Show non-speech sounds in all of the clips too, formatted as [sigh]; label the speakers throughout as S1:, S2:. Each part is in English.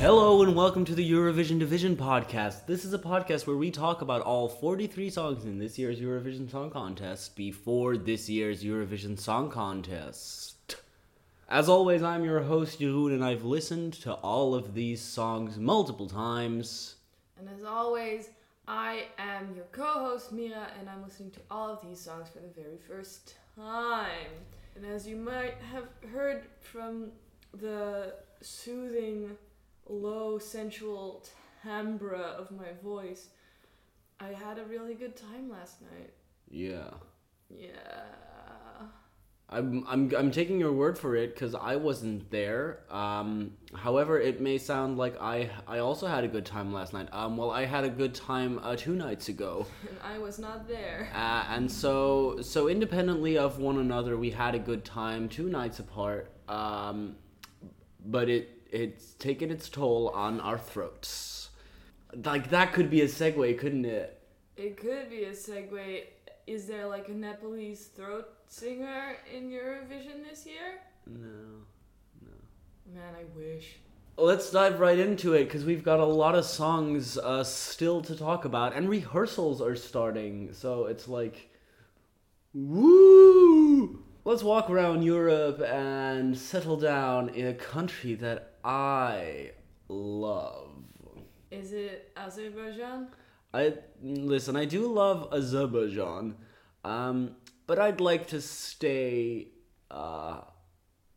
S1: Hello and welcome to the Eurovision Division podcast. This is a podcast where we talk about all 43 songs in this year's Eurovision Song Contest before this year's Eurovision Song Contest. As always, I'm your host Jeroen and I've listened to all of these songs multiple times.
S2: And as always, I am your co host Mira, and I'm listening to all of these songs for the very first time. And as you might have heard from the soothing, low, sensual timbre of my voice, I had a really good time last night.
S1: Yeah.
S2: Yeah.
S1: I'm, I'm, I'm taking your word for it because I wasn't there. Um, however, it may sound like I, I also had a good time last night. Um, well, I had a good time uh, two nights ago.
S2: And I was not there.
S1: Uh, and so, so independently of one another, we had a good time two nights apart. Um, but it it's taken its toll on our throats. Like that could be a segue, couldn't it?
S2: It could be a segue. Is there like a Nepalese throat singer in Eurovision this year?
S1: No.
S2: Man, I wish.
S1: Let's dive right into it because we've got a lot of songs uh, still to talk about, and rehearsals are starting. So it's like, woo! Let's walk around Europe and settle down in a country that I love.
S2: Is it Azerbaijan?
S1: I listen. I do love Azerbaijan, um, but I'd like to stay. Uh,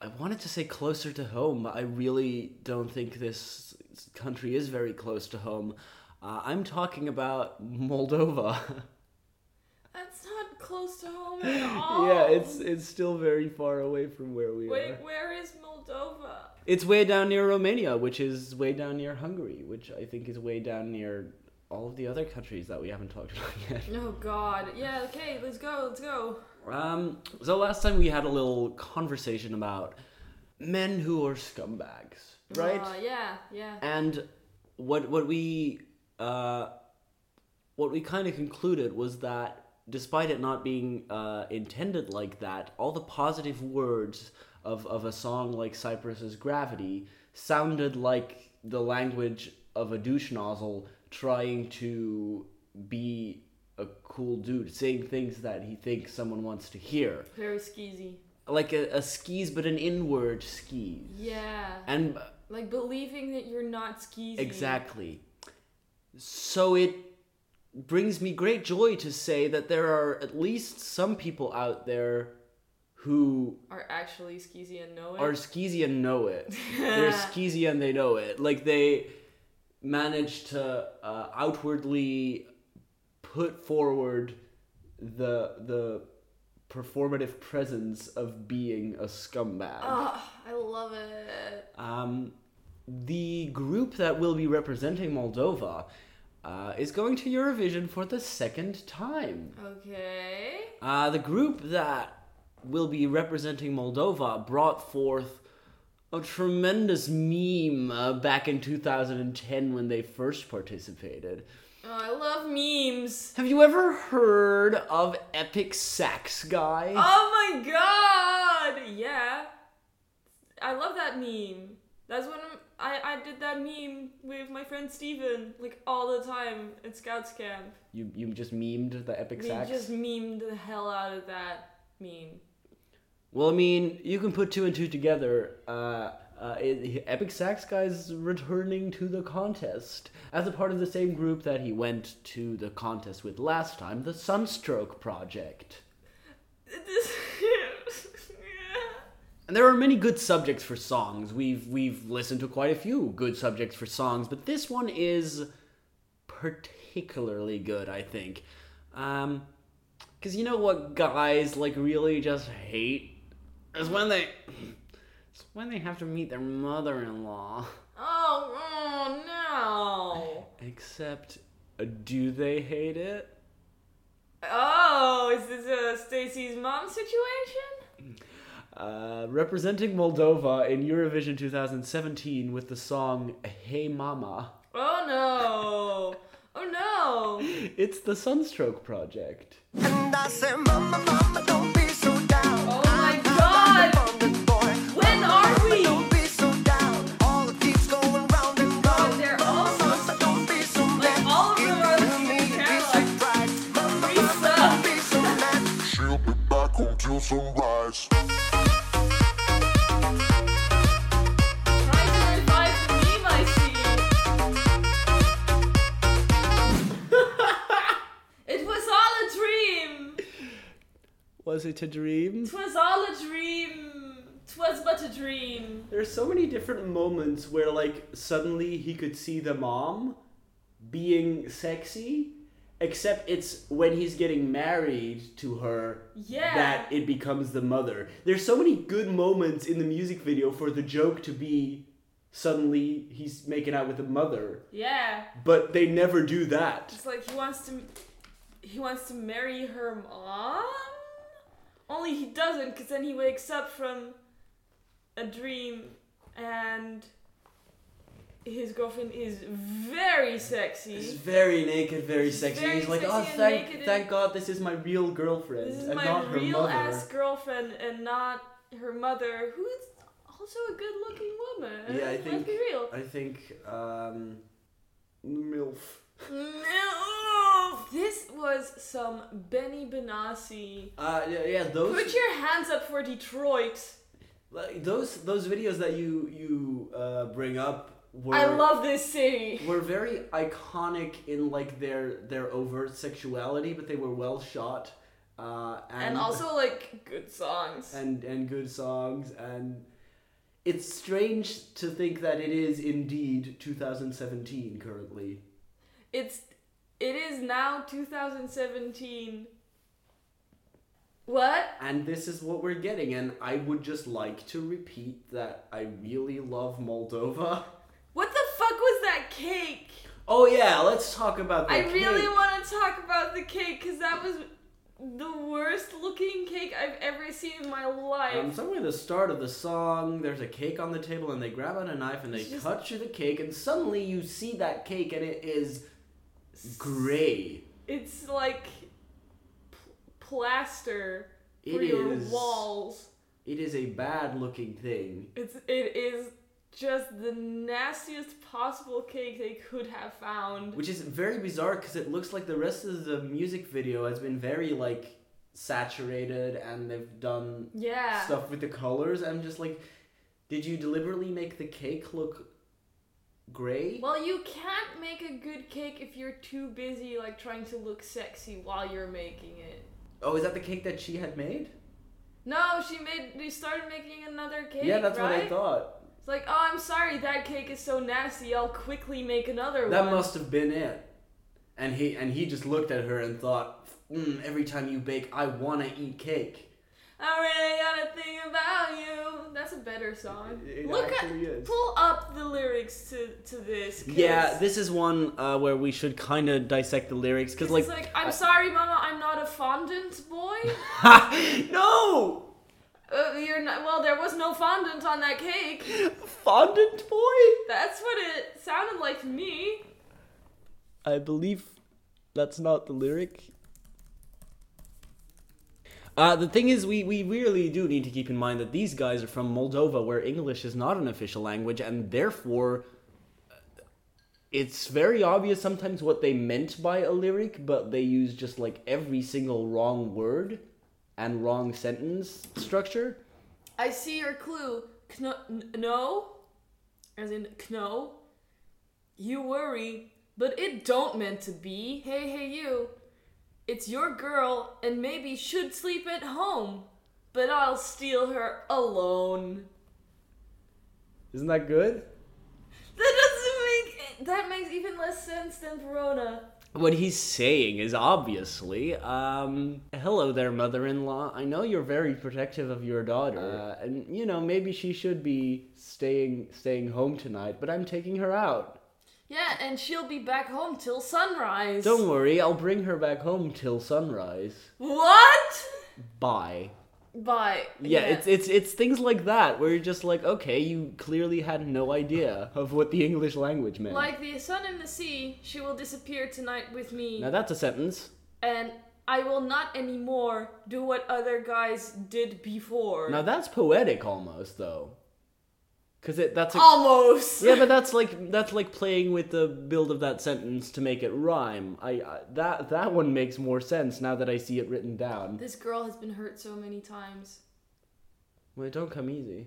S1: I wanted to say closer to home, but I really don't think this country is very close to home. Uh, I'm talking about Moldova. [laughs]
S2: That's not close to home at
S1: [laughs]
S2: all.
S1: yeah, it's it's still very far away from where we
S2: Oh. Wait,
S1: are.
S2: where is Moldova?
S1: It's way down near Romania, which is way down near Hungary, which I think is way down near all of the other countries that we haven't talked [laughs] about yet.
S2: Oh God. Yeah. Okay. Let's go. Let's go.
S1: Um, so last time we had a little conversation about men who are scumbags, right?
S2: Uh, yeah. Yeah.
S1: And what what we uh, what we kind of concluded was that despite it not being uh, intended like that, all the positive words of of a song like Cypress's Gravity sounded like the language of a douche nozzle trying to be a cool dude, saying things that he thinks someone wants to hear,
S2: Very skeezy.
S1: like a, a skis but an inward skis.
S2: Yeah.
S1: And
S2: Like believing that you're not skeezy.
S1: Exactly. So it brings me great joy to say that there are at least some people out there who
S2: Are actually skeezy and know it.
S1: are skeezy and know it. They're skeezy and they know it. Like they manage to uh, outwardly put forward the the performative presence of being a scumbag.
S2: Ah, I love it.
S1: Um, the group that will be representing Moldova uh, is going to Eurovision for the second time.
S2: Okay.
S1: Uh, the group that will be representing Moldova brought forth a tremendous meme uh, back in 2010 when they first participated.
S2: Oh, I love memes.
S1: Have you ever heard of Epic Sax Guy?
S2: Oh my god! Yeah. I love that meme. That's when I, I did that meme with my friend Steven, like all the time at Scouts Camp.
S1: you, you just memed the Epic
S2: We
S1: Sax?
S2: just memed the hell out of that meme. [laughs]
S1: Well, I mean, you can put two and two together. Uh, uh, it, Epic Sax Guy's returning to the contest as a part of the same group that he went to the contest with last time, the Sunstroke Project.
S2: This
S1: And there are many good subjects for songs. We've we've listened to quite a few good subjects for songs, but this one is particularly good, I think. Um, cuz you know what guys like really just hate is when they it's when they have to meet their mother-in-law.
S2: Oh, oh no.
S1: Except uh, do they hate it?
S2: Oh, is this a Stacy's mom situation?
S1: Uh, representing Moldova in Eurovision 2017 with the song Hey Mama.
S2: Oh no. Oh no.
S1: It's the Sunstroke Project.
S3: And I said, Mama, Mama, don't be so down.
S2: Oh my
S3: I'm not
S2: God.
S3: a bonded boy.
S2: When are
S3: Mama,
S2: we?
S3: Don't be so down. All it keeps going round and
S4: sunrise.
S2: Trying to revive the meme I see. it was all a dream.
S1: Was it a dream?
S2: Twas all a dream. Twas but a dream.
S1: There's so many different moments where like suddenly he could see the mom being sexy, except it's when he's getting married to her
S2: Yeah.
S1: that it becomes the mother. There's so many good moments in the music video for the joke to be suddenly he's making out with the mother,
S2: Yeah.
S1: but they never do that.
S2: It's like he wants to he wants to marry her mom. Only he doesn't cuz then he wakes up from a dream and his girlfriend is very
S1: He's
S2: sexy.
S1: very naked, very
S2: She's
S1: sexy.
S2: very
S1: he's like,
S2: sexy
S1: oh,
S2: and naked
S1: thank,
S2: and-
S1: thank God, this is my real girlfriend
S2: This is
S1: and
S2: my
S1: not her
S2: real
S1: mother.
S2: ass girlfriend and not her mother who's also a good-looking woman.
S1: Yeah, I
S2: Uh, Let's
S1: think-
S2: be real.
S1: I think um, milf.
S2: No, this was some Benny Benassi.
S1: Uh, yeah, yeah, those
S2: Put your hands up for Detroit.
S1: like, those those videos that you you uh, bring up were
S2: I love this city.
S1: were very iconic in like their their overt sexuality, but they were well shot. Uh, and,
S2: And also like good songs.
S1: and and good songs and it's strange to think that it is indeed 2017 currently.
S2: It's it is now 2017. What?
S1: And this is what we're getting and I would just like to repeat that I really love Moldova. [laughs]
S2: What the fuck was that cake?
S1: Oh yeah, let's talk about
S2: I
S1: that.
S2: really want to talk about the cake cuz that was the worst looking cake I've ever seen in my life.
S1: Um, somewhere at the start of the song, there's a cake on the table, and they grab out a knife and they
S2: It's just-
S1: cut through the cake, and suddenly you see that cake, and it is gray.
S2: it's like p- plaster
S1: It
S2: for your
S1: is-
S2: walls.
S1: It is a bad looking thing.
S2: It's it is just the nastiest possible cake they could have found.
S1: Which is very bizarre because it looks like the rest of the music video has been very, like, saturated, and they've done
S2: Yeah.
S1: stuff with the colors. I'm just like, did you deliberately make the cake look gray?
S2: Well, you can't make a good cake if you're too busy like trying to look sexy while you're making it.
S1: Oh, is that the cake that she had made?
S2: No, she made they started making another cake.
S1: yeah, that's
S2: right?
S1: what I thought.
S2: It's like, oh, I'm sorry, that cake is so nasty. I'll quickly make another
S1: That
S2: one.
S1: must have been it. And he and he just looked at her and thought, mm, every time you bake, I wanna eat cake.
S2: I really got a thing about you. That's a better song.
S1: It- it
S2: Look at
S1: actually is.
S2: pull up the lyrics to to this. 'cause
S1: Yeah, this is one uh, where we should kind of dissect the lyrics because, like,
S2: it's like I'm sorry, Mama, I'm not a fondant boy. [laughs]
S1: [laughs] no
S2: Uh, you're not. Well, there was no fondant on that cake.
S1: fondant boy.
S2: That's what it sounded like to me.
S1: I believe that's not the lyric. Uh, the thing is, we, we really do need to keep in mind that these guys are from Moldova, where English is not an official language, and therefore, uh, it's very obvious sometimes what they meant by a lyric, but they use just like every single wrong word and wrong sentence structure.
S2: I see your clue. Kno- n- no, as in kno. You worry, but it don't meant to be. Hey, hey, you. It's your girl, and maybe should sleep at home, but I'll steal her alone. [laughs]
S1: Isn't that good?
S2: That doesn't make that makes even less sense than Verona.
S1: What he's saying is obviously, um, hello there, mother in law. I know you're very protective of your daughter, uh, and you know maybe she should be staying staying home tonight. But I'm taking her out.
S2: Yeah, and she'll be back home till sunrise.
S1: Don't worry, I'll bring her back home till sunrise.
S2: What?
S1: Bye.
S2: Bye.
S1: Yeah, it's it's it's things like that where you're just like, okay, you clearly had no idea of what the English language meant.
S2: like the sun and the sea. She will disappear tonight with me.
S1: now that's a sentence.
S2: and I will not anymore do what other guys did before.
S1: Now that's poetic almost, though. because it that's a,
S2: Oh, Almost.
S1: yeah, but that's like that's like playing with the build of that sentence to make it rhyme. I, I that that one makes more sense now that I see it written down.
S2: This girl has been hurt so many times.
S1: Well, it don't come easy.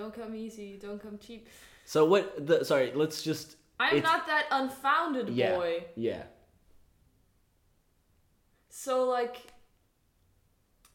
S2: Don't come easy. Don't come cheap.
S1: So what? The sorry, let's just
S2: I'm
S1: It's-
S2: not that unfounded
S1: yeah
S2: boy.
S1: yeah.
S2: So like,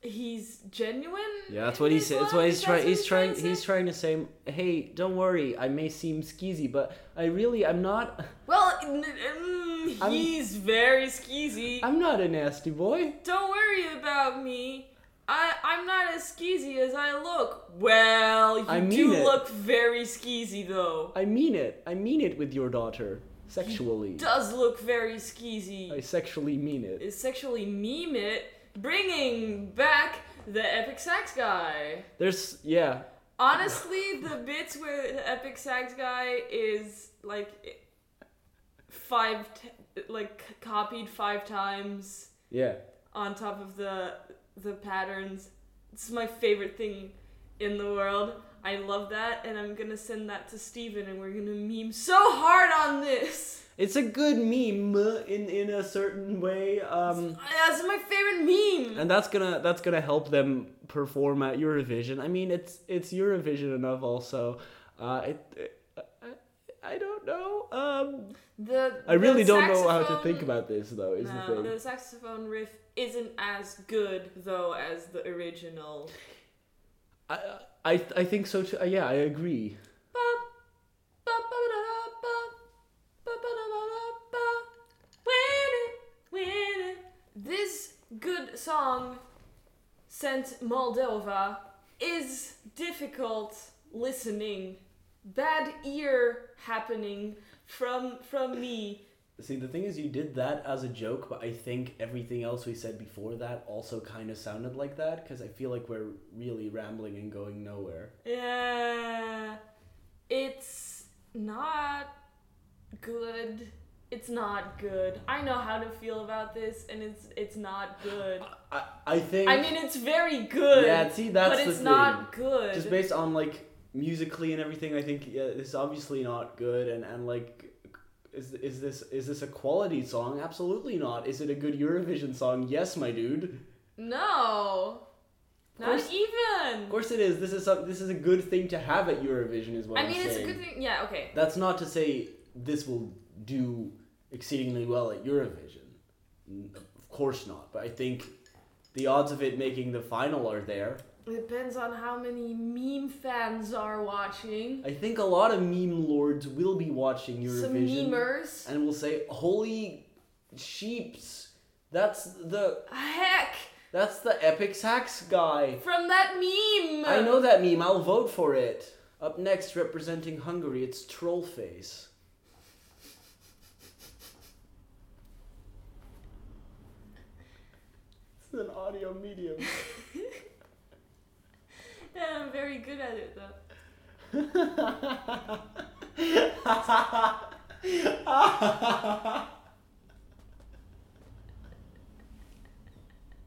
S2: he's genuine.
S1: Yeah, that's
S2: in
S1: what he
S2: his
S1: said. That's
S2: love?
S1: why he's
S2: That's
S1: trying.
S2: what
S1: He's trying.
S2: to
S1: He's
S2: say?
S1: trying to say, "Hey, don't worry. I may seem skeezy, but I really, I'm not. [laughs]
S2: Well, n- mm,
S1: I'm-
S2: he's very skeezy.
S1: I'm not a nasty boy."
S2: Don't worry about me. I I'm not as skeezy as I look. Well, you
S1: I mean
S2: do
S1: it.
S2: look very skeezy though.
S1: I mean it. I mean it with your daughter, sexually.
S2: Does look very skeezy.
S1: I sexually mean it.
S2: Is sexually meme it, bringing back the epic sax guy.
S1: There's yeah. [laughs]
S2: Honestly, the bits where the epic sax guy is like five, t- like copied five times
S1: Yeah.
S2: on top of the the patterns. It's my favorite thing in the world. I love that, and I'm gonna send that to Steven, and we're gonna meme so hard on this. [laughs]
S1: It's a good meme uh, in in a certain way. Um
S2: That's my favorite meme.
S1: and that's gonna that's gonna help them perform at Eurovision. I mean, it's it's Eurovision enough also. Uh it, it I- I don't know. Um
S2: The
S1: I really
S2: the
S1: don't know how to
S2: saxophone-
S1: think about this though, is the
S2: No,
S1: thing.
S2: the saxophone riff isn't as good though as the original.
S1: I I I think so too. Uh, yeah, I agree.
S2: Ba- ba- ba- ba- da- ba- ba- ba- da- ba- da- ba. Win it, win it. This good song, sent Moldova, is difficult listening. Bad ear happening from from me.
S1: See, the thing is you did that as a joke, but I think everything else we said before that also kind of sounded like that cuz I feel like we're really rambling and going nowhere.
S2: Yeah, it's not good. It's not good. I know how to feel about this, and it's it's not good.
S1: I I think
S2: I mean, it's very good.
S1: Yeah, see, that's
S2: but
S1: the
S2: it's not good.
S1: just based on like musically and everything i think yeah, this is obviously not good and and like is, is this is this a quality song absolutely not is it a good eurovision song yes my dude
S2: no,
S1: Of course-
S2: not even.
S1: of course it is this is some, this is a good thing to have at eurovision is what
S2: I
S1: am
S2: mean,
S1: saying
S2: it's a good thing. Yeah, okay.
S1: that's not to say this will do exceedingly well at eurovision N- of course not but i think the odds of it making the final are there
S2: It depends on how many meme fans are watching.
S1: i think a lot of meme lords will be watching
S2: Some
S1: eurovision
S2: memers.
S1: and will say, "Holy sheeps! That's the
S2: Heck,
S1: that's the epic sax guy.
S2: from that meme.
S1: I know that meme. I'll vote for it." Up next, representing Hungary, it's Trollface. This is an audio medium.
S2: Yeah, I'm very good at it though. [laughs]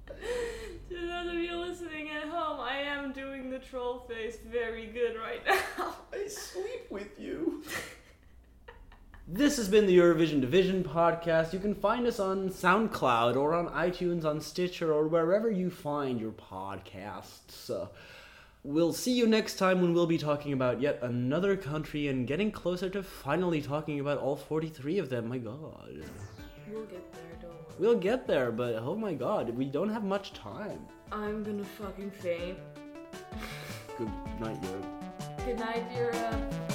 S2: To those of you listening at home, I am doing the troll face very good right now.
S1: I sleep with you. This has been the Eurovision Division podcast. You can find us on SoundCloud or on iTunes, on Stitcher, or wherever you find your podcasts. Uh, we'll see you next time when we'll be talking about yet another country and getting closer to finally talking about all 43 of them. My god.
S2: We'll get there, don't worry.
S1: We'll get there, but oh my god, we don't have much time.
S2: I'm gonna fucking faint.
S1: Good night, Europe.
S2: Good night, Europe.